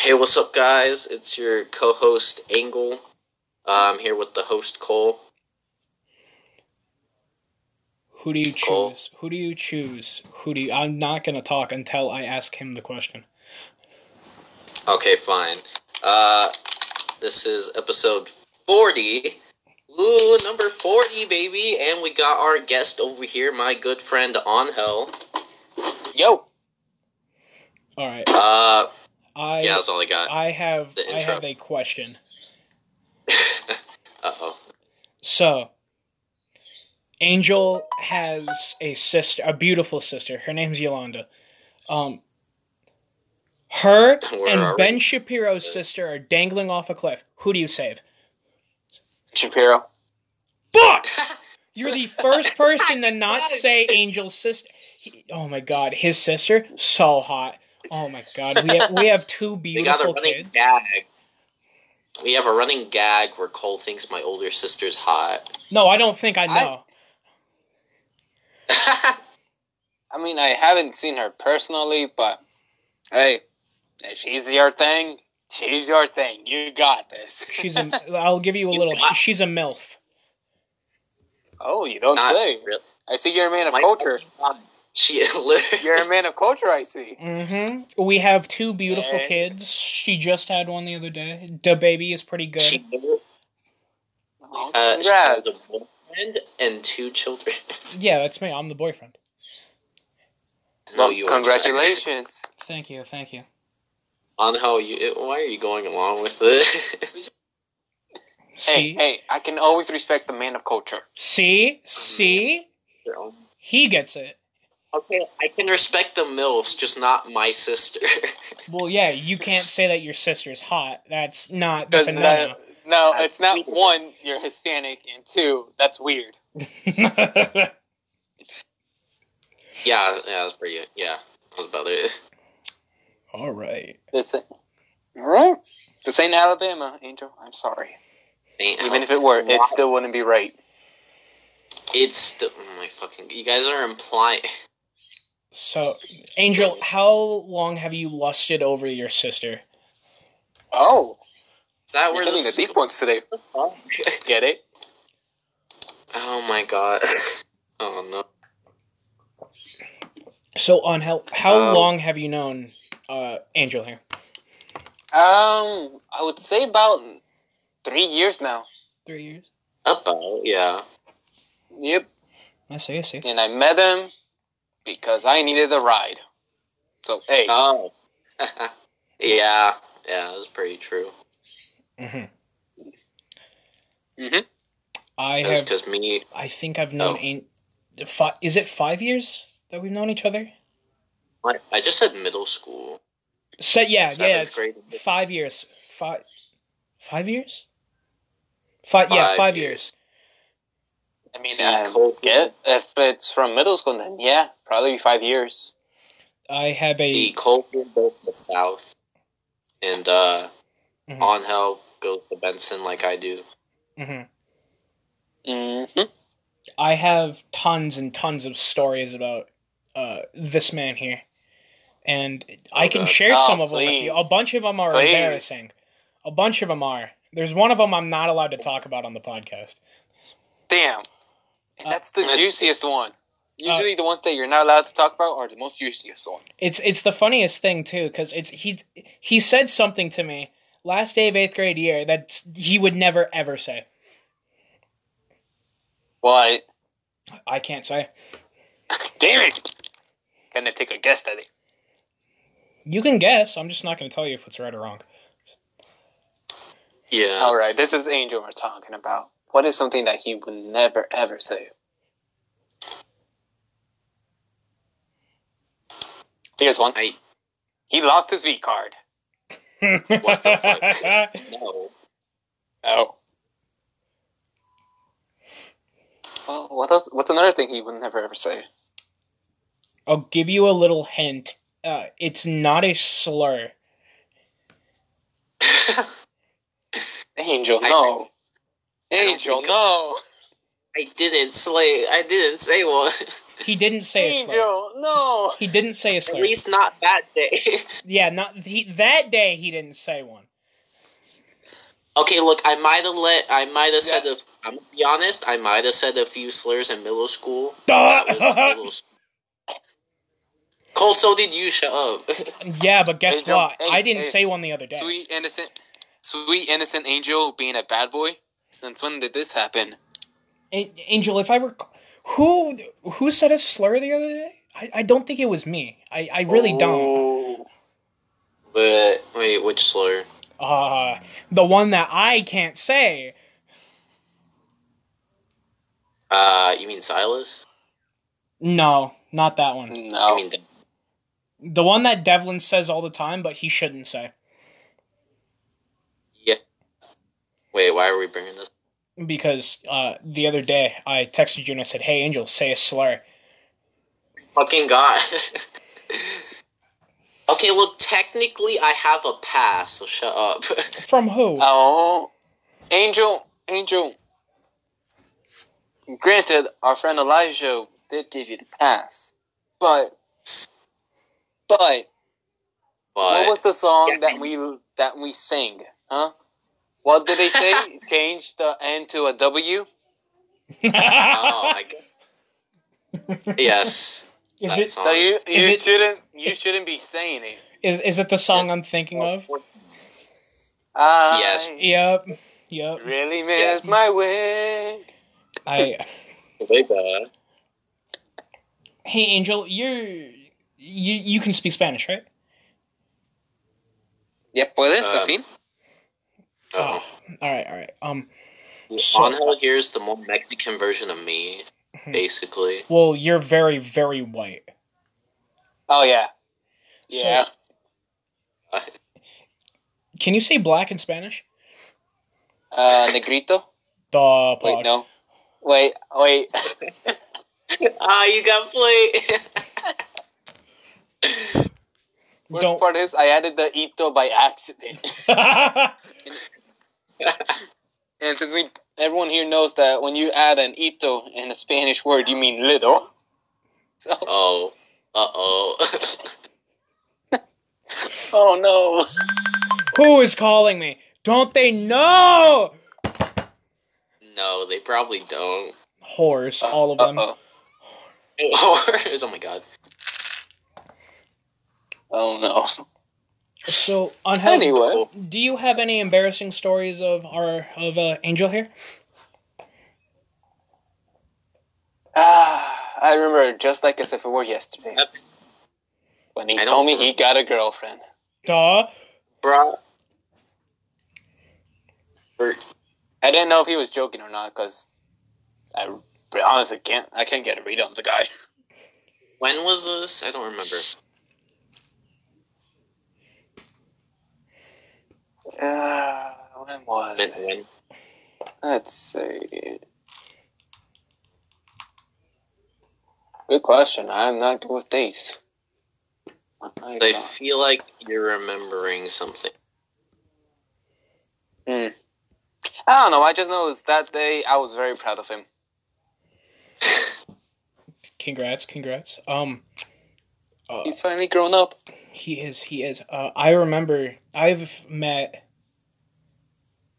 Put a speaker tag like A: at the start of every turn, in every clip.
A: Hey, what's up, guys? It's your co host, Angle. Uh, I'm here with the host, Cole.
B: Who do you choose?
A: Cole.
B: Who do you choose? Who do you? I'm not gonna talk until I ask him the question.
A: Okay, fine. Uh, this is episode 40. Ooh, number 40, baby. And we got our guest over here, my good friend, Angel. Yo!
B: All right.
A: Uh,
B: I
A: yeah, that's all I got.
B: I have
A: The
B: I
A: intro.
B: have a question.
A: uh oh.
B: So, Angel has a sister, a beautiful sister. Her name's Yolanda. Um, her
A: Where
B: and
A: are we?
B: Ben Shapiro's sister are dangling off a cliff. Who do you save?
C: Shapiro.
B: Fuck! You're the first person to not say Angel's sister. He, oh my god, his sister so hot. Oh my god, we have, we have two
A: We got a
B: beautiful
A: running
B: kids.
A: gag. We have a running gag where Cole thinks my older sister's hot.
B: No, I don't think I know.
C: I mean, I haven't seen her personally, but hey, if she's your thing, she's your thing. You got this.
B: She's a. I'll give you a little. She's a milf.
C: Oh, you don't
A: Not
C: say.
A: really.
C: I see you're a man of
A: My-
C: culture.
A: She literally.
C: You're a man of culture, I see.
B: Mm-hmm. We have two beautiful
C: Yeah.
B: kids. She just had one the other day. The baby is pretty good.
A: She,
C: Oh,
A: uh, she has
C: congrats.
A: a boyfriend and two children.
B: yeah, that's me. I'm the boyfriend.
A: No,
C: Well,
A: you are
C: congratulations.
B: Thank you, thank you.
A: on how you. Why are you going along with it?
C: Hey,
B: See,
C: hey, I can always respect the man of culture.
B: see, see. He gets it.
A: okay, I can respect the milfs, just not my sister.
B: Well, yeah, you can't say that your sister's hot. That's not. That's a
C: Doesn't
B: no.
C: that- no,
A: That's
C: it's not
A: weird.
C: one, you're Hispanic, and two, that's weird.
A: yeah, yeah, that's pretty. good. Yeah, that was about it.
B: All right.
C: This, right? This ain't Alabama, Angel. I'm sorry.
A: Ain't how-
C: Even if it were, it still wouldn't be right.
A: it's still oh my fucking. You guys are implying.
B: So, Angel, how long have you lusted over your sister?
C: Oh,
A: Is that
C: we're
A: where
C: hitting the
A: this
C: deep ones today. Get it?
A: Oh my god. Oh no.
B: So, on how how
A: Um,
B: long have you known uh, Angel here?
C: Um, I would say about three years now.
B: Three years.
A: About yeah.
C: Yep.
B: I see. I see.
C: And I met him because I needed a ride. So hey,
A: Oh. yeah. Yeah, that's pretty true.
B: hmm
C: mhm.
B: I
A: That's
B: have.
A: because me.
B: I think I've known.
A: Oh.
B: An- fi- is it five years that we've known each other?
A: I just said middle school.
B: So yeah, yeah.
A: Seventh
B: it's
A: grade.
B: Five years. Five. Five years. Five. yeah,
A: Five
B: five
A: years.
B: years.
C: I mean,
A: See,
C: I
A: Cole-
C: get if it's from middle school, then yeah, probably five years.
B: I have a.
A: The Colt goes to South, and uh,
B: Mhm.
A: Onhell goes to Benson like I do.
B: Mhm.
C: Mm-hmm.
B: I have tons and tons of stories about uh, this man here, and I
A: Oh,
B: can
A: God.
B: share
C: Oh,
B: some of them with you. A
C: please.
B: bunch of them are
C: Please.
B: embarrassing. A bunch of them are. There's one of them I'm not allowed to talk about on the podcast.
C: Damn, that's the
A: Uh,
C: juiciest one. Usually, the ones that you're not allowed to talk about are the most juiciest one.
B: It's it's the funniest thing too because it's he he said something to me last day of eighth grade year that he would never ever say.
C: What?
B: I can't say.
C: Damn it! Gonna take a guess at it.
B: You can guess. I'm just not going to tell you if it's right or wrong.
A: Yeah.
C: All right, this is Angel we're talking about. What is something that he would never ever say? Here's one.
A: I
C: He lost his V card.
A: What the no.
C: Oh. Well, what else? What's another thing he would never ever say?
B: I'll give you a little hint. Uh, it's not a slur.
C: Angel,
A: I-
C: no.
A: I don't
C: Angel,
A: think-
C: no.
A: I didn't slay. I didn't say one.
B: He didn't say a slur.
C: Angel, no.
B: He didn't say a
A: At
B: slur.
A: least not that day.
B: Yeah, not he, that day. He didn't say one.
A: okay, look, I might have let, I might have said,
C: Yeah.
A: a, I'm gonna be honest, I might have said a few slurs in middle school. That was middle
B: yeah,
A: school. Cole, so did you shut up?
B: but guess
C: Hey, Joe,
B: what?
C: hey,
B: I didn't
C: hey.
B: say one the other day.
C: Sweet innocent, sweet innocent angel being a bad boy. Since when did this happen?
B: An- Angel, if I were, who who said a slur the other day? I, I don't think it was me. I, I really don't.
C: Oh.
A: but wait, which slur?
B: Uh, the one that I can't say.
A: Uh, you mean Silas?
B: No, not that one.
A: I
C: No.
A: mean, De-
B: The one that Devlin says all the time, but he shouldn't say
A: yeah. Wait, why are we bringing this?
B: because uh, the other day I texted you and I said, "Hey, Angel, say a slur."
A: Fucking god. okay, look, technically I have a pass, so shut up.
B: From who?
C: Oh. Angel, angel. Granted, our friend Elijah did give you the pass, but but
A: but
C: what was the song
A: Yeah.
C: that we that we sing? Huh? What did they say? Change the N to a W.
A: oh my god. Yes.
B: is
A: that
B: it
A: song.
C: So you you
B: Is it-
C: shouldn't you shouldn't be saying it.
B: is is it the song I'm thinking of?
C: I
A: Yes.
B: Yep, yep.
C: Really miss
A: Yes.
C: my wig.
B: I
A: Way better.
B: hey Angel, you you you can speak Spanish, right?
C: Yeah, puedes,
A: Um,
C: Safin.
A: Oh.
B: All right, all right. Um, So-
A: Angel here is the more Mexican version of me,
B: Hmm.
A: basically.
B: well, you're very very white.
C: Oh yeah. Yeah.
B: Can you say black in Spanish?
C: uh, Negrito.
B: The
C: Wait, no. Wait, wait.
A: Ah, you got played.
C: Worst part is I added the ito by accident.
B: Don't.
C: and since we everyone here knows that when you add an ito in a Spanish word, you mean little. So,
A: oh. Uh oh.
C: oh no.
B: Who is calling me? Don't they know?
A: no, they probably don't.
B: Whores, all of them.
C: Uh-oh.
A: oh my god.
C: Oh no.
B: So, unhealthy.
C: Anyway,
B: Do you have any embarrassing stories of our of uh, Angel here?
C: ah, I remember just like as if it were yesterday.
A: Yep.
C: When he
A: I
C: told me
A: don't-
C: he got a girlfriend.
B: Duh.
A: Bro.
C: I didn't know if he was joking or not because I honestly can't. I can't get a read on the guy.
A: When was this? I don't remember.
C: Uh, when was
A: When-
C: it?
A: when?
C: Let's see. Good question. I'm not good with dates. I
A: I
C: don't-
A: feel like you're remembering something.
C: I don't know. I just know it was that day. I was very proud of him.
B: Congrats, congrats. Um, uh,
C: He's finally grown up.
B: he is, he is. Uh, I remember I've met,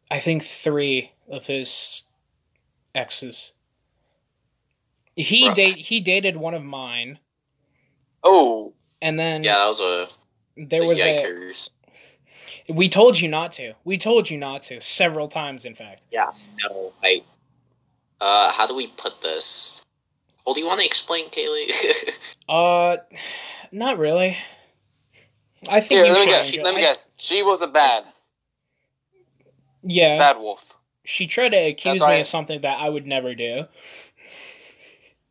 B: I think three of his exes. He
A: Bruh.
B: date he dated one of mine,
C: Oh,
B: and then
A: Yeah, that was a.
B: there
A: the
B: was a.
A: yikers.
B: We told you not to. We told you not to several times, in fact.
A: Yeah, no, I. Uh, how do we put this? Well, do you want to explain, Kaylee?
B: Uh, not really. I think
C: here.
B: you
C: Let me
B: should.
C: guess.
B: Angel.
C: Let me
B: I-
C: guess. She was a bad,
B: Yeah,
C: bad wolf.
B: she tried to accuse
C: That's
B: me
C: right.
B: of something that I would never do.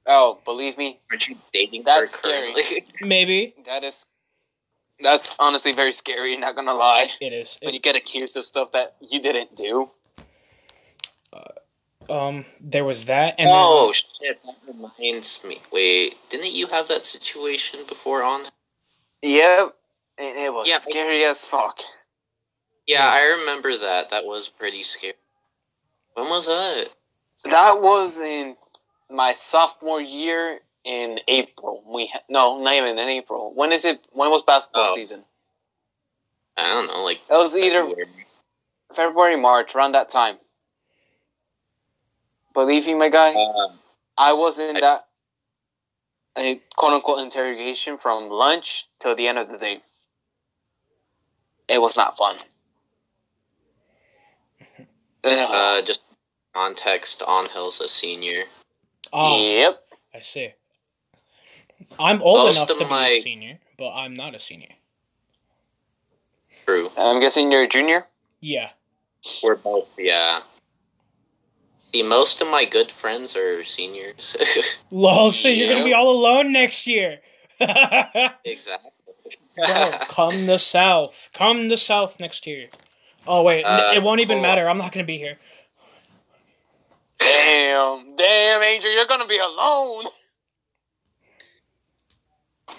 C: Oh, believe me,
A: Aren't you dating
C: That's
A: her currently?
B: Maybe
C: that is. That's honestly very scary. Not gonna lie.
B: it is.
C: When you
B: It-
C: get accused of stuff that you didn't do.
B: um, there was that, and
A: oh shit! That reminds me. Wait, didn't you have that situation before on?
C: Yep. And it was
A: Yeah.
C: scary as fuck.
A: Yeah,
B: Yes.
A: I remember that. That was pretty scary. When was that?
C: That was in my sophomore year in April. We ha- no, not even in April. When is it? When was basketball
A: Oh.
C: season?
A: I don't know, like
C: That was either February, March, around that time. Believe me, my guy,
A: Uh,
C: I was in
A: I-
C: that a quote unquote interrogation from lunch till the end of the day. It was not fun. Ugh.
A: uh, just context on Hill's a senior.
B: Ah,
C: yep.
B: I see. I'm old
A: Most
B: enough to
A: of
B: be
A: my-
B: a senior, but I'm not a senior.
A: True.
C: I'm guessing you're a junior.
B: Yeah.
A: We're both yeah. See, most of my good friends are seniors.
B: Lol, shit, you're gonna
C: Yeah.
B: be all alone next year. Bro,
A: exactly.
B: come the south. Come the south next year. Oh wait, n-
A: Uh,
B: it won't even
C: cool.
B: matter. I'm not gonna be here.
C: Damn, damn, Angel, you're gonna be alone.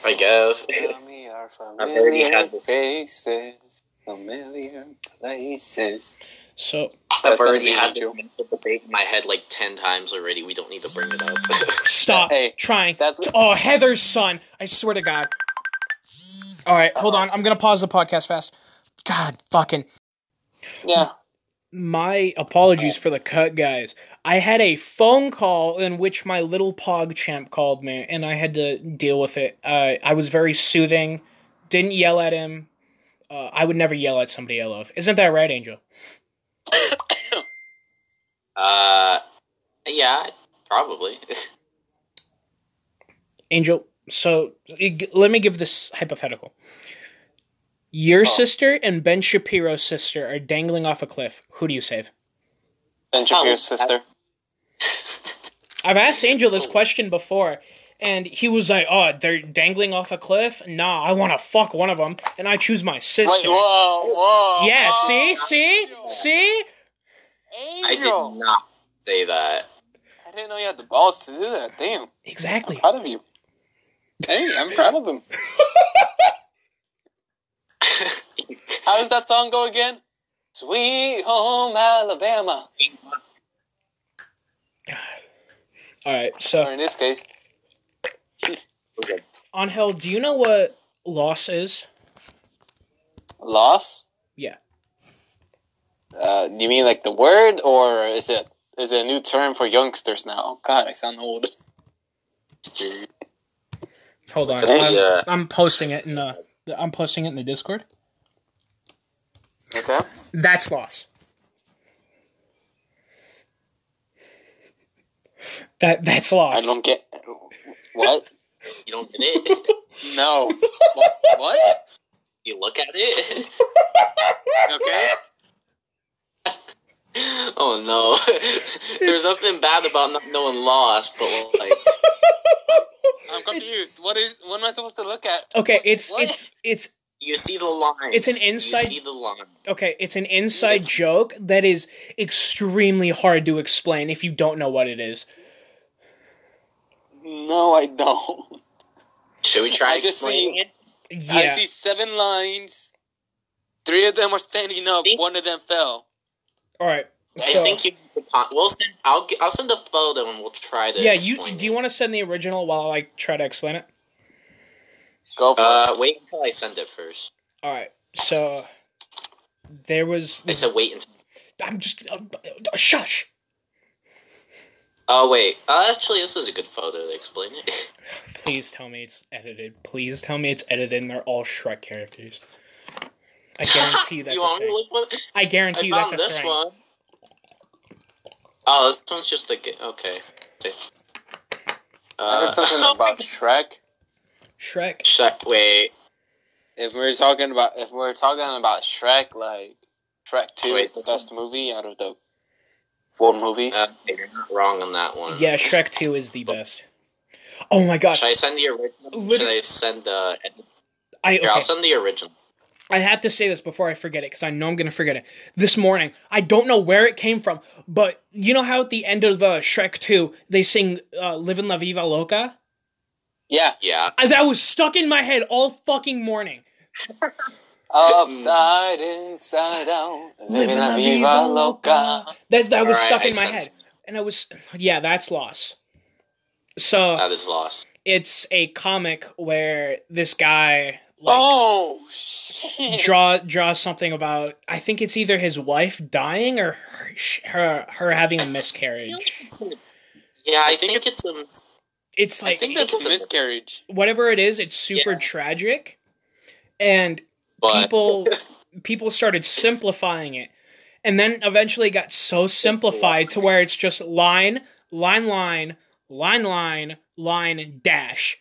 A: I guess.
C: Mommy are
A: I've already
C: familiar
A: had this.
C: faces, familiar places.
B: So
A: I've
C: That's gonna
A: already
C: be
A: had this
C: you.
A: mental debate in my head like ten times already. We don't need to bring it up.
B: stop
C: Hey,
B: trying.
C: that's-
B: to- oh, Heather's son. I swear to God. All right, hold
A: Uh-huh.
B: on. I'm gonna pause the podcast fast. God fucking.
C: Yeah,
B: My apologies for the cut, guys. I had a phone call in which my little pog champ called me, and I had to deal with it. Uh, I was very soothing, didn't yell at him. Uh, I would never yell at somebody I love. Isn't that right, Angel?
A: uh, yeah, probably.
B: Angel, so g- let me give this hypothetical. Your sister and Ben Shapiro's sister are dangling off a cliff. Who do you save?
C: Ben
A: Oh,
C: Shapiro's sister.
B: I've asked Angel
C: Oh.
B: this question before, and he was like, "Oh, they're dangling off a cliff. Nah, I want to fuck one of them, and I choose my
C: Wait,
B: sister."
C: whoa, whoa.
B: yeah,
C: whoa.
B: see, see, see.
A: I did
C: Angel.
A: not say that.
C: I didn't know you had the balls to do that. Damn, I'm
B: Exactly.
C: proud of you. Hey, I'm proud of him. How does that song go again? Sweet Home Alabama.
B: All right.
C: Or
B: So,
C: in this case,
B: Angel, do you know what loss is?
C: loss.
B: Yeah.
C: Uh, you mean like the word, or is it is it a new term for youngsters now? Oh God, I sound old.
B: Hold on.
A: Hey,
B: I'm,
A: uh,
B: I'm posting it in uh, I'm posting it in the Discord.
C: Okay.
B: That's loss. That that's loss.
C: I don't get what.
A: You don't get it.
C: No. what? what?
A: You look at it.
C: Okay.
A: Oh no. There's nothing bad about not knowing lost, but like
C: I'm confused. What is? What am I supposed to look at?
B: okay,
C: What-
B: it's
C: what?
B: it's it's
A: you see the line.
B: It's an inside-
A: You see the line.
B: okay, it's an inside
C: It's-
B: joke that is extremely hard to explain if you don't know what it is.
C: No, I don't.
A: Should we try
C: I just
A: explaining
C: see-
A: it?
B: Yeah.
C: I see seven lines. Three of them are standing up.
A: See?
C: One of them fell.
B: All right.
A: I
B: so-
A: think you. We'll send. I'll. g- I'll send a photo and we'll try to.
B: yeah, you
A: explain
B: do you
A: it.
B: want to send the original while I like, try to explain it?
C: Go for
A: Uh, wait until I send it first.
B: All right. So there was
A: I said wait until.
B: I'm just uh, uh, shush.
A: Oh wait. Uh, actually, this is a good photo to explain it.
B: Please tell me it's edited. Please tell me it's edited and they're all Shrek characters. I guarantee you that's
A: you
B: a
A: want me
B: thing.
A: to look one?
B: I guarantee
A: I
B: you that's
A: found
B: a
A: this
B: thing.
A: one. Oh, this one's just the. g- Okay. Okay.
C: I
A: Uh,
C: heard something about Shrek.
B: Shrek.
A: Shrek, wait.
C: If we're talking about if we're talking about Shrek, like Shrek Two
A: Wait,
C: is the
A: this
C: best movie out of the four movies.
A: Uh, you're not wrong on that one.
B: Yeah, Shrek 2 is the best. Oh my gosh.
A: Should I send the original?
B: Lit-
A: Should I send the? Here,
B: I okay.
A: I'll send the original.
B: I have to say this before I forget it cuz I know I'm going to forget it. This morning, I don't know where it came from, but you know how at the end of uh, Shrek 2 they sing uh, Live in La Viva Loca?
C: yeah,
A: Yeah.
B: I, that was stuck in my head all fucking morning.
C: upside inside out, Mm. living la vida loca.
B: That that was
A: Alright,
B: stuck
A: I
B: in my
A: sent
B: head.
A: it.
B: And I was yeah, that's loss. So
C: Uh,
A: That is lost.
B: it's a comic where this guy like
C: oh shit!
B: draw draws something about I think it's either his wife dying or her her, her having a miscarriage.
A: Yeah, I think it's um,
B: It's
C: I
B: like
C: think that's
A: it's
C: a
A: a-
C: miscarriage.
B: whatever it is, it's super
A: Yeah.
B: tragic, and
A: but
B: people people started simplifying it, and then eventually got so simplified to where it's just line line line line line line dash.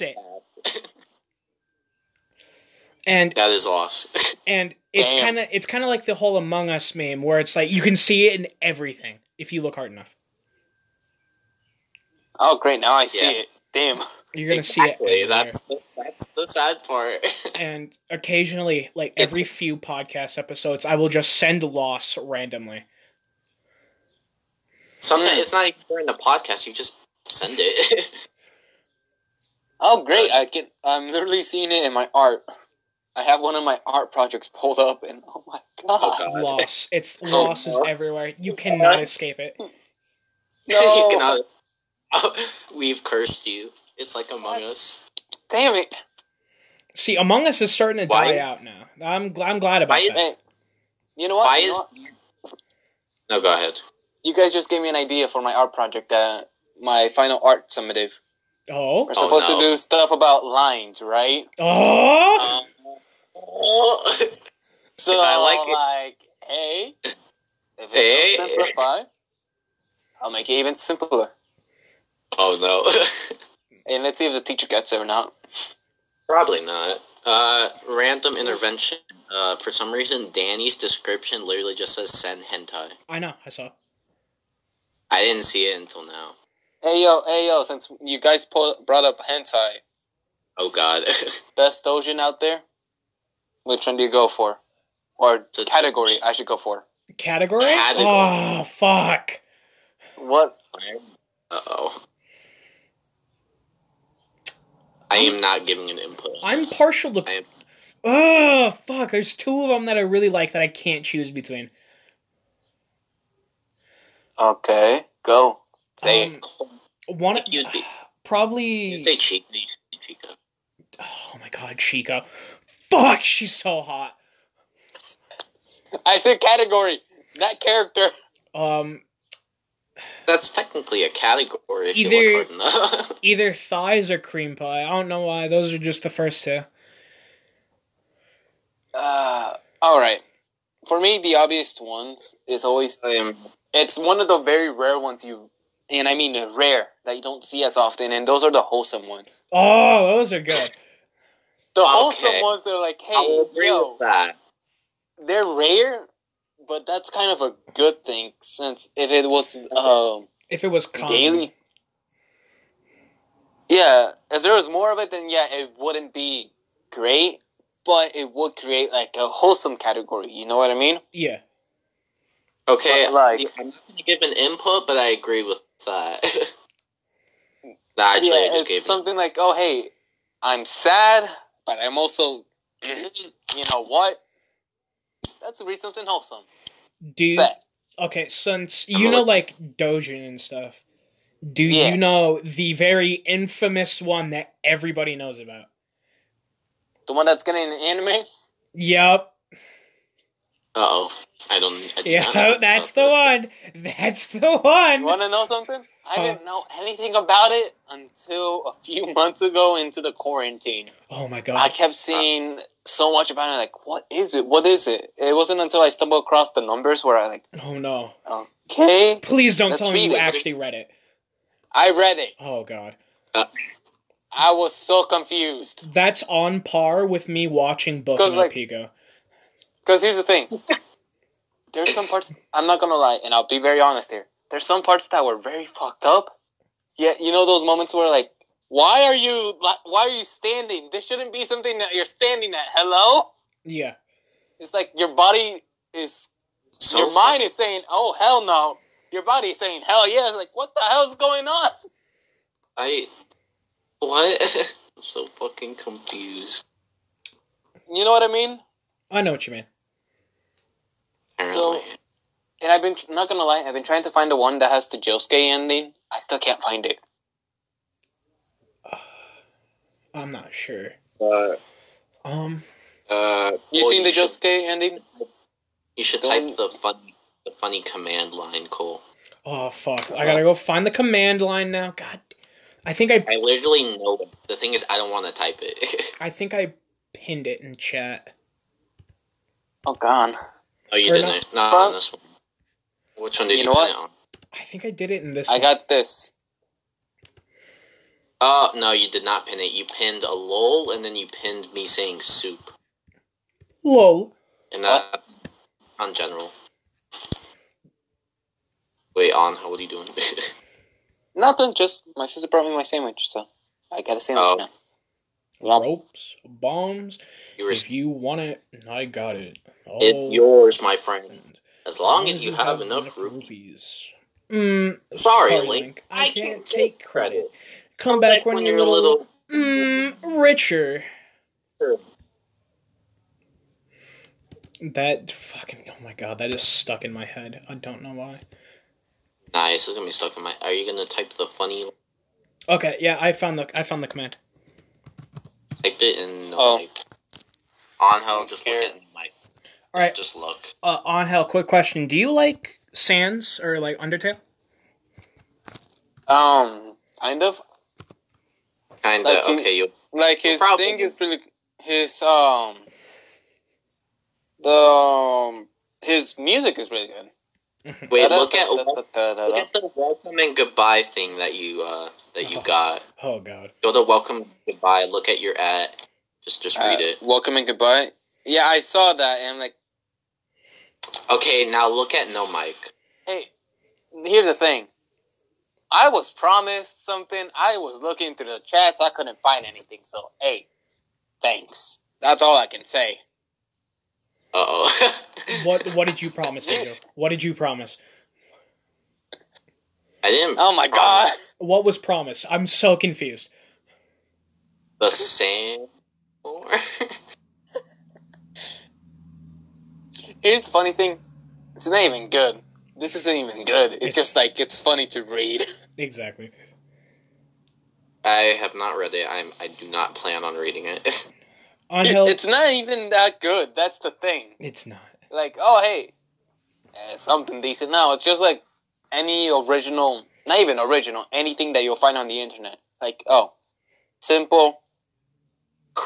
B: it. And
A: that is lost.
B: and it's
C: Damn.
B: kind of it's kind of like the whole Among Us meme where it's like you can see it in everything if you look hard enough.
C: Oh great, now I see
A: Yeah.
C: it. Damn.
B: You're gonna see
A: Exactly,
B: it. everywhere.
A: That's the, that's the sad part.
B: and occasionally, like
A: It's-
B: every few podcast episodes, I will just send loss randomly.
A: Sometimes
C: Mm.
A: it's not even during the podcast. You just send it.
C: Oh great, I can. I'm literally seeing it in my art. I have one of my art projects pulled up, and oh my god,
A: Oh, God.
B: Loss. It's
A: Oh,
B: loss is
A: no.
B: everywhere. You cannot escape it.
A: You
C: no,
A: cannot- We've cursed you. It's like Among Us.
C: damn it!
B: See, Among Us is starting to
A: Why-
B: die out now. I'm gl- I'm glad about
A: Why-
B: that.
C: Hey, you know what?
A: Why
C: You know
A: is?
C: what?
A: No, go ahead.
C: you guys just gave me an idea for my art project? Uh, my final art summative.
B: Oh,
C: We're
A: Oh,
C: supposed
A: no.
C: to do stuff about lines, right?
B: oh,
A: Um, oh,
C: So
A: I like it.
C: like, hey, if it's
A: Hey.
C: so simplified, I'll make it even simpler,
A: oh no,
C: and let's see if the teacher gets it or not.
A: probably not. Uh, random intervention. Uh, for some reason, Danny's description literally just says "send hentai."
B: I know. I saw.
A: I didn't see it until now.
C: Hey yo, hey yo! Since you guys pull, brought up hentai,
A: Oh god.
C: best doujin out there, which one do you go for, or
A: The-
C: category I should go for?
B: Category?
A: Category.
B: Oh fuck.
C: What?
A: uh oh. I am not giving an input. on
B: I'm
A: this.
B: partial to.
A: I-
B: Oh fuck! There's two of them that I really like that I can't choose between.
C: Okay, go. Say it.
B: Um, one,
A: You'd be-
B: probably.
A: You'd say Chica. You say Chica.
B: Oh my god, Chica! Fuck, she's so hot.
C: I said category, not character.
B: Um,
A: That's technically a category if
B: Either-
A: you look hard enough.
B: either thighs or cream pie. I don't know why. Those are just the first two.
C: Uh, all right. For me, the obvious ones is always um, it's one of the very rare ones you, and I mean the rare that you don't see as often, and those are the wholesome ones.
B: Oh, those are good.
C: The
A: Okay.
C: wholesome ones are like, hey,
A: I'll agree
C: yo,
A: with that.
C: they're rare, but that's kind of a good thing since if it was um
B: If it was common,
C: daily, yeah, if there was more of it, then yeah, it wouldn't be great, but it would create like a wholesome category. You know what I mean?
B: yeah.
A: Okay,
C: But, like-
A: yeah, I'm not going to give an input, but I agree with that. nah, actually, I just
C: it's
A: gave
C: something like, oh hey, I'm sad, but I'm also,
A: Mm-hmm.
C: you know what? Let's read something wholesome.
A: Mm-hmm.
B: Do you,
C: Bet.
B: okay. Since
A: I'm
B: you
A: a
B: know,
A: look-
B: like Dojin and stuff. Do
C: Yeah.
B: you know the very infamous one that everybody knows about?
C: The one that's getting an anime.
B: Yep.
A: Uh oh. I don't. I do not know
B: Yep. That's the
A: about this.
B: one. That's the one.
C: You want to know something? I
B: Huh.
C: didn't know anything about it until a few months ago into the quarantine.
B: Oh my
A: Uh-huh.
C: I
B: god.
C: kept seeing so much about it, like, what is it? What is it? It wasn't until I stumbled across the numbers where I like,
B: Oh no.
C: okay,
B: Please don't
C: Let's
B: tell me
C: read
B: you
C: it.
B: actually read it.
C: I read it.
B: Oh god.
C: I was so confused.
B: That's on par with me watching Boku
C: 'Cause,
B: no
C: like-
B: Pico.
C: Because here's the thing. There's some parts I'm not gonna lie, and I'll be very honest here. There's some parts that were very fucked up. Yet you know those moments where like, why are you li- why are you standing? This shouldn't be something that you're standing at. Hello,
B: Yeah.
C: it's like your body is
A: So
C: your mind is saying, oh hell no. Your body is saying, hell yeah. It's like what the hell's going on?
A: I. What? I'm so fucking confused.
C: You know what I mean?
B: I know what you mean.
A: Apparently.
C: And I've been not gonna lie, I've been trying to find the one that has the Josuke ending. I still can't find it.
B: Uh, I'm not sure.
A: Uh,
B: Um,
A: uh,
C: You
A: or
C: seen the
A: should-
C: Josuke ending?
A: You should
C: Go-
A: type the funny, the funny command line, Cole.
B: oh fuck, I gotta go find the command line now. God, I think I
A: I literally know it. The thing is, I don't want to type it.
B: I think I pinned it in chat.
C: Oh god.
A: oh, you
B: Or
A: didn't.
B: not.
A: Not, on this one. Which one did you,
C: You know
A: pin
C: what?
A: it on?
B: I think I did it in this.
C: I
B: one.
C: got this.
A: Oh no, you did not pin it. You pinned a lol, and then you pinned me saying soup,
B: lol.
A: and that on general. Wait, on. How what are you doing?
C: Nothing, just my sister brought me my sandwich, so I got a sandwich
A: Oh.
C: now. Well-
B: Ropes, bombs.
A: you were,
B: If you want it, I got it. Oh,
A: it's yours, my friend.
B: friend.
A: As long as you have enough room.
B: rupees. Mm,
A: Sorry, Link.
B: I, can't, take credit. Come,
A: Come
B: back, when, you're a little, mm, richer.
A: Sure.
B: That fucking oh my god, that is stuck in my head. I don't know why.
A: Nice. It's gonna be stuck in my. Are you gonna type the funny?
B: Okay, yeah, I found the I found the command.
A: Type it in.
C: Oh.
A: Like, on how
C: I'm
A: just
C: scared.
A: look at my.
B: All right,
A: Just look.
B: uh, on hell. Quick question: Do you like Sans or like Undertale?
C: Um, kind of.
A: Kinda
C: Like, you-
A: okay. You
C: Like his
A: Probably.
C: thing is really his um the um, his music is really good.
A: wait. Look at look
C: Da-da-da-da-da-da-da.
A: at the welcome and goodbye thing that you uh that you
B: Oh.
A: got.
B: Oh god.
A: Go to welcome and goodbye. Look at your at. Just just read
C: Uh,
A: it.
C: Welcome and goodbye. Yeah, I saw that and I'm like,
A: Okay, now look at no mic.
C: hey, here's the thing. I was promised something. I was looking through the chats. I couldn't find anything. So, hey, thanks. That's all I can say.
A: Uh oh.
B: What what did you promise, Angel? What did you promise?
A: I didn't.
C: Oh my god.
B: What was promised? I'm so confused.
A: The same. Or
C: Here's the funny thing. It's not even good. This isn't even good. It's,
B: It's-
C: just like it's funny to read.
B: Exactly.
A: I have not read it. I'm. I do not plan on reading it.
B: On hell,
C: it's not even that good. That's the thing.
B: it's not.
C: Like, oh hey, eh, something decent. No, it's just like any original, not even original, anything that you'll find on the internet. Like, oh, simple.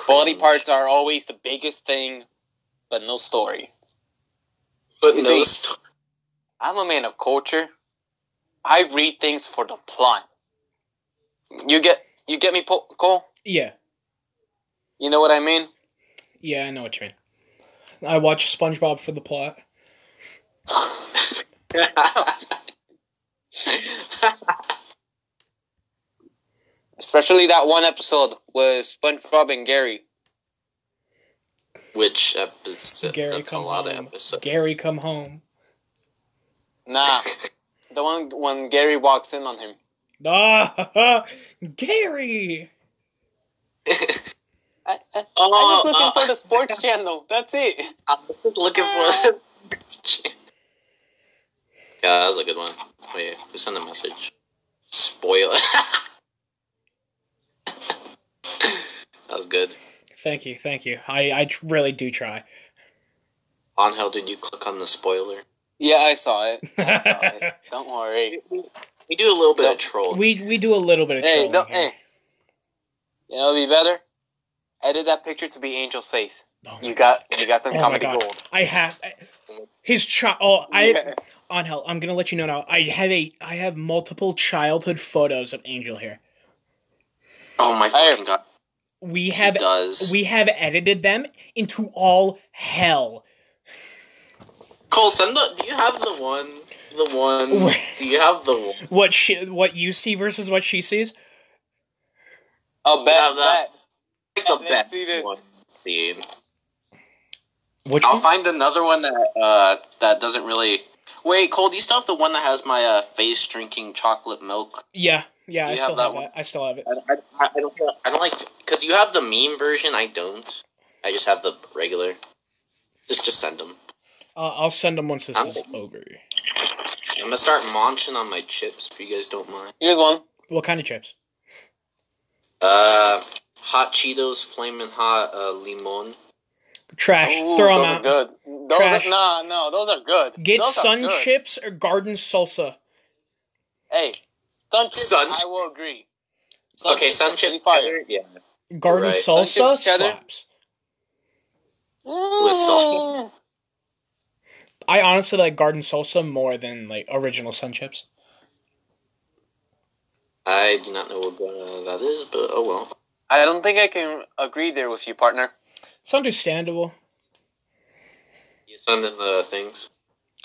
C: Body
A: Cringe.
C: parts are always the biggest thing, but no story.
A: But
C: You
A: no
C: see-
A: sto-
C: I'm a man of culture. I read things for the plot. You get, you get me, po- Cole.
B: Yeah,
C: You know what I mean?
B: yeah, I know what you mean. I watched SpongeBob for the plot.
C: Especially that one episode with SpongeBob and Gary.
A: Which episode?
B: Gary,
A: That's a
B: come
A: lot
B: home.
A: of episodes.
B: Gary, come home.
C: Nah, the one when Gary walks in on him.
B: Ah, Gary.
C: I, I,
A: oh,
C: I was looking
A: uh,
C: for the Uh. sports channel. That's it.
A: I was just looking for. yeah, that was a good one. Wait, who sent a message? Spoiler. that was good.
B: Thank you, thank you. I I tr- really do try.
A: On hell, did you click on the spoiler?
C: Yeah, I saw it. I saw it. Don't worry.
A: We do a little bit of troll.
B: we we do a little bit of
C: Hey,
B: trolling
C: don't,
B: here.
C: hey. You know, it'd be better. Edit that picture to be Angel's face.
B: Oh my
C: You got, you got some
B: Oh my
C: comedy
B: God.
C: gold.
B: I have I- his child. Oh, I
C: Yeah.
B: on hell. I'm gonna let you know now. I have a I have multiple childhood photos of Angel here.
A: Oh my
C: Hey.
A: fucking god!
B: We
A: He
B: have
A: does.
B: we have edited them into all hell.
A: Cole, send the. Do you have the one? The one. do you have the one?
B: What she what you see versus what she sees.
C: Oh,
A: Yeah,
C: bet,
A: that-
C: bet.
A: Like the
C: Let's
A: best
C: see this.
A: one. Scene.
B: Which
A: I'll
B: one?
A: find another one that uh, that doesn't really. Wait, Cole, do you still have the one that has my uh, face drinking chocolate milk?
B: yeah yeah. I
A: You have
B: still
A: that
B: have
A: one.
B: that. I still have it.
A: I, I, I don't. I don't like because you have the meme version. I don't. I just have the regular. Just just send them.
B: Uh, I'll send them once this
A: I'm-
B: is over.
A: I'm gonna start munching on my chips if you guys don't mind.
C: Here's one.
B: What kind of chips?
A: Uh, hot Cheetos, flaming hot uh, limon.
B: Trash.
C: Ooh,
B: throw
C: those
B: them out.
C: are good. Those
B: Trash.
C: are, nah, no, those are good.
B: Get
C: those
B: sun
C: are good.
B: chips or garden salsa.
C: Hey, sun chips.
A: Sun
C: I will agree.
A: okay,
C: chips are
A: sun chip
C: pretty fire.
A: cheddar, Yeah.
B: Garden
A: Right.
C: Sun
B: salsa
C: chips, cheddar.
B: slaps.
C: Mm.
A: With salt.
B: I honestly like garden salsa more than like original sun chips.
A: I do not know what uh, that is, but oh well.
C: I don't think I can agree there with you, partner.
B: It's understandable.
A: You send in the things.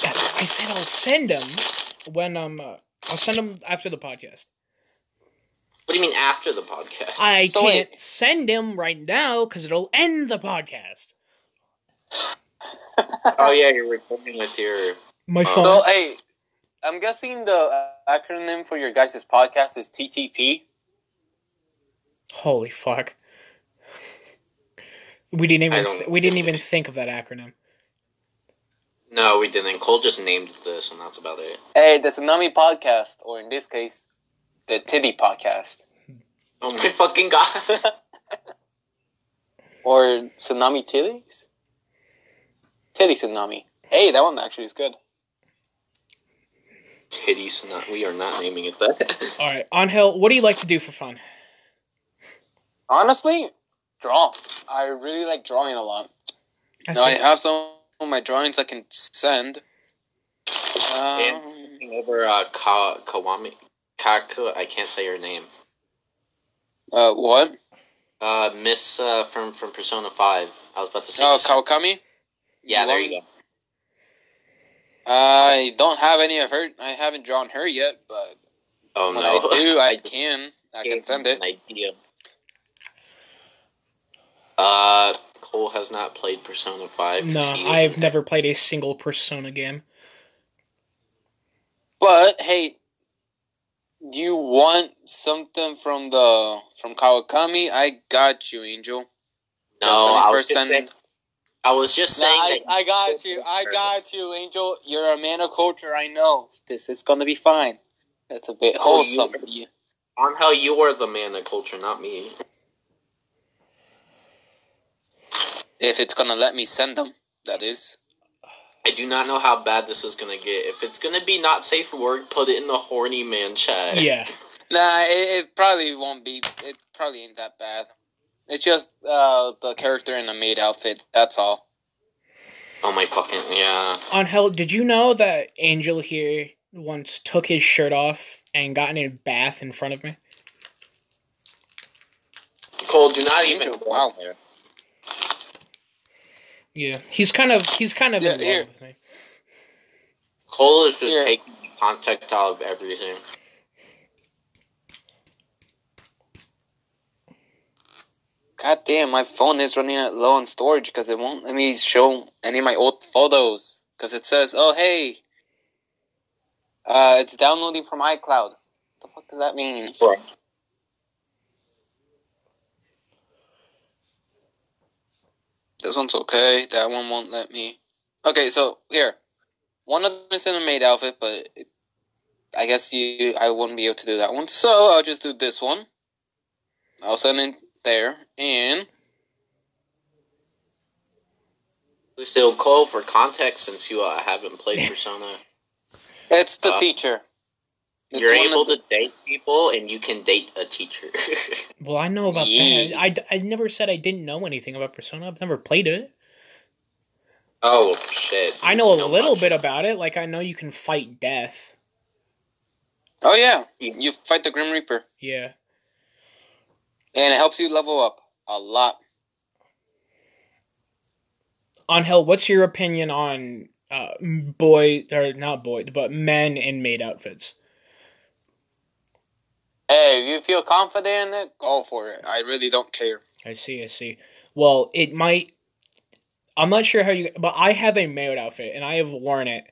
B: Yeah, I said I'll send them when um uh, I'll send them after the podcast.
A: What do you mean after the podcast?
B: I
C: So
B: can't
C: wait.
B: send them right now because it'll end the podcast.
A: oh yeah, you're recording with your.
B: My
A: So-
B: phone.
C: So, hey, I'm guessing the uh, acronym for your guys' podcast is TTP.
B: Holy fuck. We didn't
A: I
B: even
A: don't-
B: th- we didn't even think of that acronym.
A: No, we didn't. Cole just named this, and that's about it.
C: Hey, the Tsunami Podcast, or in this case, the Titty Podcast,
A: Oh my fucking god!
C: or Tsunami Titties, Titty Tsunami. Hey, that one actually is good.
A: Titties. Not. We are not naming it that.
B: All right, Angel, what do you like to do for fun?
C: Honestly, draw. I really like drawing a lot.
B: I
C: Now I
B: said-
C: have some of my drawings I can send. Um,
A: And over uh, Ka- Kawami Kaku. I can't say her name.
C: uh, what?
A: Uh, Miss uh, from from Persona Five. I was about to say.
C: Oh,
A: Miss-
C: Kawakami.
A: yeah, there you go.
C: I don't have any of her. I haven't drawn her yet, but
A: Oh
C: when
A: no.
C: I do, I can. I can send it.
A: An idea. Uh, Cole has not played Persona Five.
B: No,
A: He is-
B: I've never played a single Persona game.
C: But hey, do you want something from the from Kawakami? I got you, Angel.
A: No,
C: Just let me
A: I was
C: first
A: just
C: send-
A: saying, I was just
C: Nah,
A: saying
C: I,
A: that.
C: I got you. I got you, Angel. You're a man of culture. I know this is gonna be fine. That's a bit
A: Oh,
C: wholesome.
A: you- on how you are the man of culture, not me.
C: If it's gonna let me send them, that is.
A: I do not know how bad this is gonna get. If it's gonna be not safe for work, put it in the horny man chat.
B: Yeah.
C: Nah, it, it probably won't be. It probably ain't that bad. It's just uh, the character in a maid outfit. That's all.
A: Oh my fucking yeah.
B: Angel, did you know that Angel here once took his shirt off and got in a bath in front of me?
A: Cole, do not even.
C: Angel, wow.
B: Yeah. He's kind of he's kind of
C: Yeah,
B: in love
C: here.
B: with me.
A: Cole is just
C: Yeah.
A: taking the contact out of everything.
C: God damn, my phone is running out low on storage because it won't let me show any of my old photos because it says, "Oh hey, uh, it's downloading from iCloud." The fuck does that mean?
A: Right.
C: This one's okay. That one won't let me. Okay, so here, one of them is in a maid outfit, but it, I guess you, I wouldn't be able to do that one. So I'll just do this one. I'll send it there, and
A: Lucille Cole, for context, since you uh, haven't played Persona,
C: it's the
A: Uh,
C: teacher. It's
A: you're
C: one of
A: able
C: the-
A: to date people, and you can date a teacher.
B: Well, I know about
C: Yeah.
B: that. I, d- I never said I didn't know anything about Persona. I've never played it.
A: oh shit!
B: I know a
A: No
B: little
A: much.
B: bit about it. Like I know you can fight death.
C: Oh yeah,
A: Yeah.
C: you fight the Grim Reaper,
B: Yeah.
C: and it helps you level up a lot.
B: Angel, what's your opinion on uh boy or not boy, but men in maid outfits?
C: Hey, if you feel confident in it, go for it. I really don't care.
B: I see, I see. Well, it might. I'm not sure how you, but I have a maid outfit and I have worn it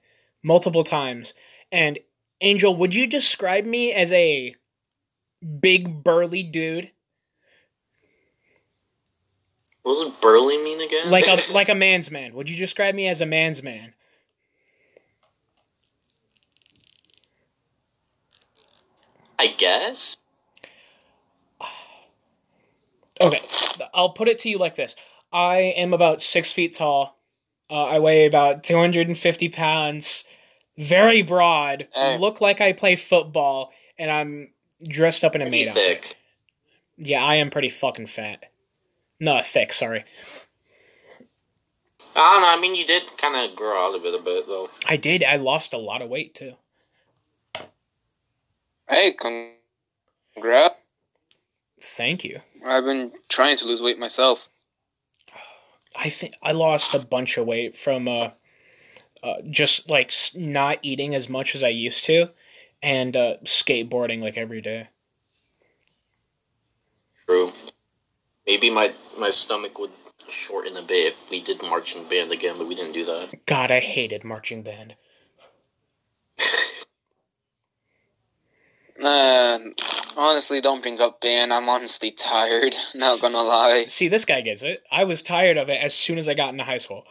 B: multiple times. And Angel, would you describe me as a big burly dude,
A: What does burly mean again?
B: like a like a man's man? Would you describe me as a man's man?
A: I guess.
B: Okay, I'll put it to you like this: I am about six feet tall. Uh, I weigh about two hundred and fifty pounds. Very broad.
C: Hey.
B: Look like I play football, and I'm dressed up in a
A: Pretty
B: made outfit.
A: thick.
B: Yeah, I am pretty fucking fat. No, thick. Sorry,
A: I don't know. I mean, you did kind of grow out of it a bit, though.
B: I did. I lost a lot of weight too.
C: Hey, congrats.
B: Thank you.
C: I've been trying to lose weight myself.
B: I think I lost a bunch of weight from uh, uh, just like s- not eating as much as I used to, and uh, skateboarding like every day.
A: True. Maybe my my stomach would shorten a bit if we did marching band again, but we didn't do that.
B: God, I hated marching band.
C: Uh, honestly, don't bring up band. I'm honestly tired. Not gonna lie.
B: See, this guy gets it. I was tired of it as soon as I got into high school.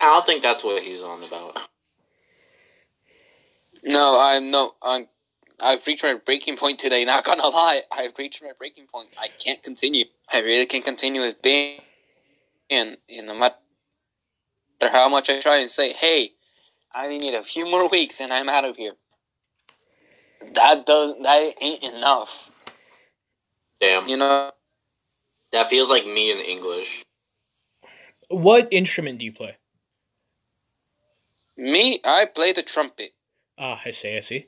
A: I don't think that's what he's on about.
C: No, I'm no. I'm, I've reached my breaking point today. Not gonna lie, I've reached my breaking point. I can't continue. I really can't continue with band. And and no matter how much I try and say, hey, I only need a few more weeks and I'm out of here. That does that ain't enough.
A: Damn.
C: You know.
A: That feels like me in English.
B: What instrument do you play?
C: Me, I play the trumpet.
B: Ah, I see, I see.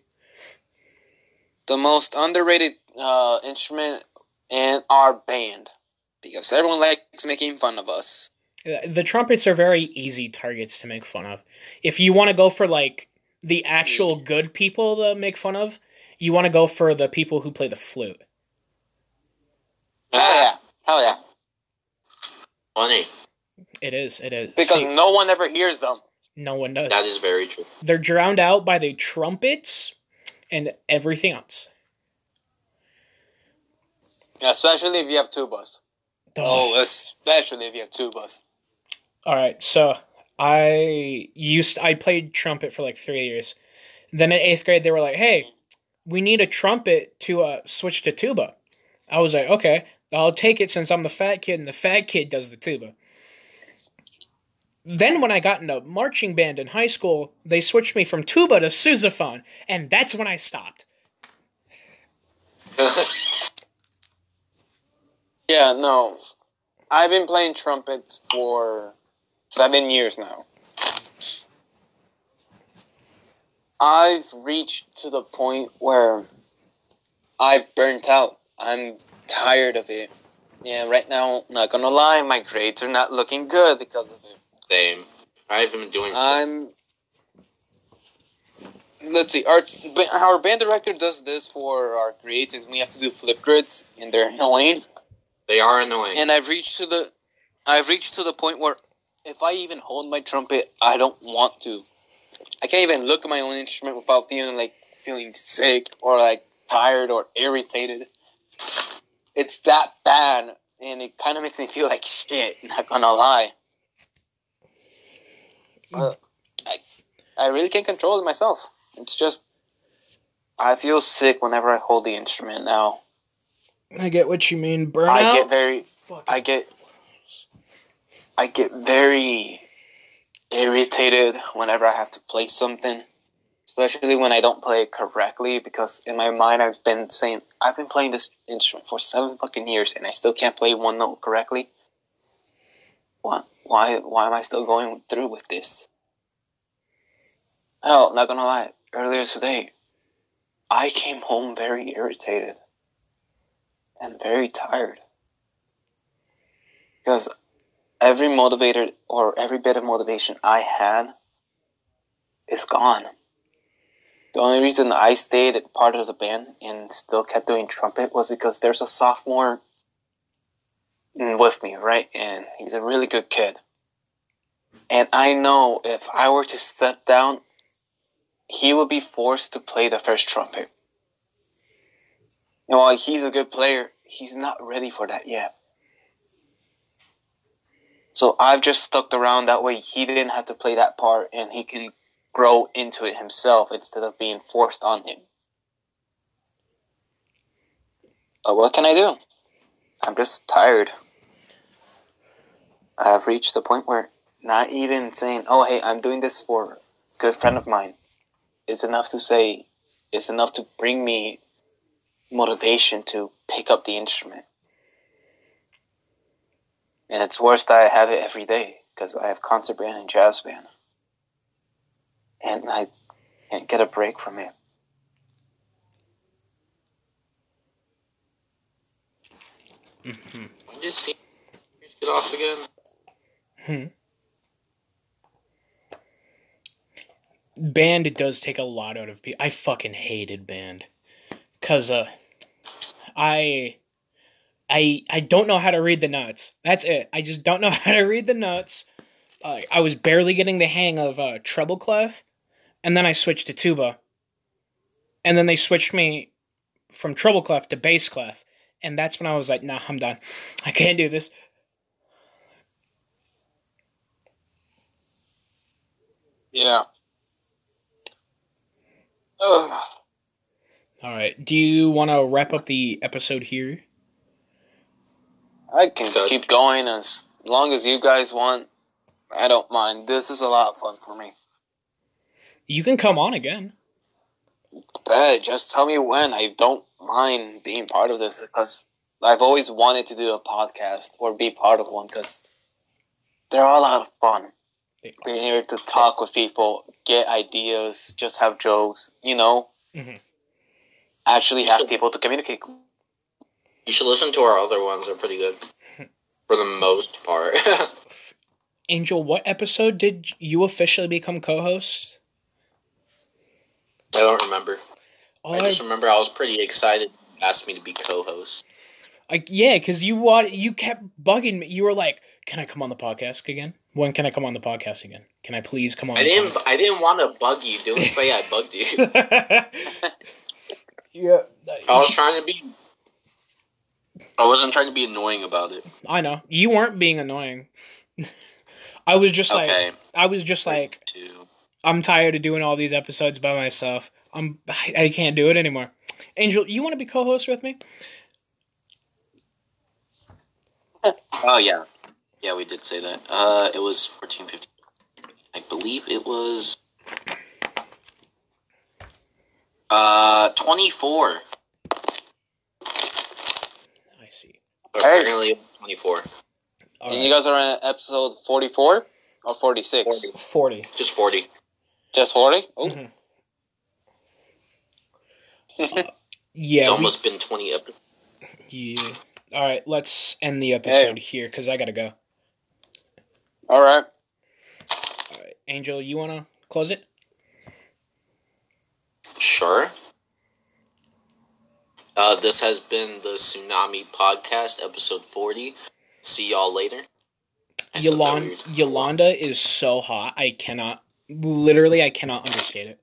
C: the most underrated uh, instrument in our band because everyone likes making fun of us.
B: Uh, The trumpets are very easy targets to make fun of. If you want to go for like the actual good people to make fun of, you want to go for the people who play the flute.
C: Hell Oh, yeah, hell yeah!
A: Funny.
B: It is, it is.
C: Because
B: See,
C: no one ever hears them.
B: no one does.
A: That is very true.
B: They're drowned out by the trumpets and everything else.
C: Especially if you have two bus.
B: Ugh.
C: Oh, especially if you have two bus.
B: All right, so I used I played trumpet for like three years. Then in eighth grade, they were like, "Hey, we need a trumpet to uh, switch to tuba." I was like, "Okay, I'll take it since I'm the fat kid and the fat kid does the tuba." Then when I got into marching band in high school, they switched me from tuba to sousaphone, and that's when I stopped.
C: Yeah, no, I've been playing trumpets for seven years now. I've reached to the point where I've burnt out. I'm tired of it. Yeah, right now, not gonna lie, my grades are not looking good because of it.
A: Same. I haven't been
C: Uh,
A: doing.
C: I'm. Let's see. Our ba- our band director does this for our grades, and we have to do flip grids, and they're annoying.
A: they are annoying.
C: And I've reached to the, I've reached to the point where, if I even hold my trumpet, I don't want to. I can't even look at my own instrument without feeling like feeling sick or like tired or irritated. It's that bad, and it kind of makes me feel like shit. Not gonna lie. But I, I really can't control it myself. It's just, I feel sick whenever I hold the instrument now.
B: I get what you mean, burnout.
C: I get very
B: Fuck.
C: I get I get very irritated whenever I have to play something, especially when I don't play it correctly because in my mind I've been saying I've been playing this instrument for 7 fucking years and I still can't play one note correctly. Why why why am I still going through with this? Hell, not gonna lie, earlier today I came home very irritated and very tired because every motivator or every bit of motivation I had is gone. The only reason I stayed a part of the band and still kept doing trumpet was because there's a sophomore with me, right? And he's a really good kid. And I know if I were to step down, he would be forced to play the first trumpet. And while he's a good player, he's not ready for that yet. So I've just stuck around that way he didn't have to play that part and he can grow into it himself instead of being forced on him. Uh, what can I do? I'm just tired. I've reached the point where not even saying, "Oh, hey, I'm doing this for a good friend of mine," is enough to say, is enough to bring me motivation to pick up the instrument. And it's worse that I have it every day because I have concert band and jazz band, and I can't get a break from it.
A: When did Senior get off again?
B: band it does take a lot out of me. I fucking hated band cuz uh I I I don't know how to read the notes. That's it. I just don't know how to read the notes. Uh, I was barely getting the hang of uh treble clef and then I switched to tuba. And then they switched me from treble clef to bass clef and that's when I was like, "Nah, I'm done. I can't do this."
C: Yeah. Ugh.
B: All right. Do you want to wrap up the episode here?
C: I can
A: So-
C: keep going as long as you guys want. I don't mind. This is a lot of fun for me.
B: You can come on again.
C: Bet. Just tell me when. I don't mind being part of this because I've always wanted to do a podcast or be part of one because they're all a lot of fun.
B: They-
C: Being able to talk with people, get ideas, just have jokes, you know,
B: Mhm.
C: actually
A: You
C: have
A: should-
C: people to communicate.
A: You should listen to our other ones. They're pretty good. For the most part.
B: Angel, what episode did you officially become co-host?
A: I don't remember.
B: Oh,
A: I just remember I was pretty excited. You asked me to be co-host.
B: I- yeah, because you want you kept bugging me. You were like, "Can I come on the podcast again? When can I come on the podcast again? Can I please come on?"
A: I
B: the
A: didn't. I didn't want to bug you. Don't say I bugged you.
B: podcast?" yeah,
A: I was trying to be. I wasn't trying to be annoying about it.
B: I know you weren't being annoying. I was just like,
A: Okay.
B: I was just like,
A: Two.
B: I'm tired of doing all these episodes by myself. I'm, I, I can't do it anymore. Angel, you want to be co-host with me?
A: Oh yeah, yeah, we did say that. Uh, it was fourteen fifteen. I believe it was. Uh, twenty four.
B: I see.
C: Hey.
A: Apparently, it was twenty four.
B: All
C: And
B: right.
C: you guys are on episode 44 or 46?
A: Forty.
B: Forty.
A: Just forty.
C: Just 40? Oh,
B: Mhm. Yeah.
A: It's
B: we-
A: almost been twenty episodes.
B: yeah. All right, let's end the episode here because I gotta go.
C: all right.
B: All right, Angel, you wanna close it?
A: Sure. Uh, this has been the Tsunami Podcast, episode forty. See y'all later. I said that
B: Yolan-
A: weird.
B: Yolanda is so hot. I cannot, literally, I cannot understate it.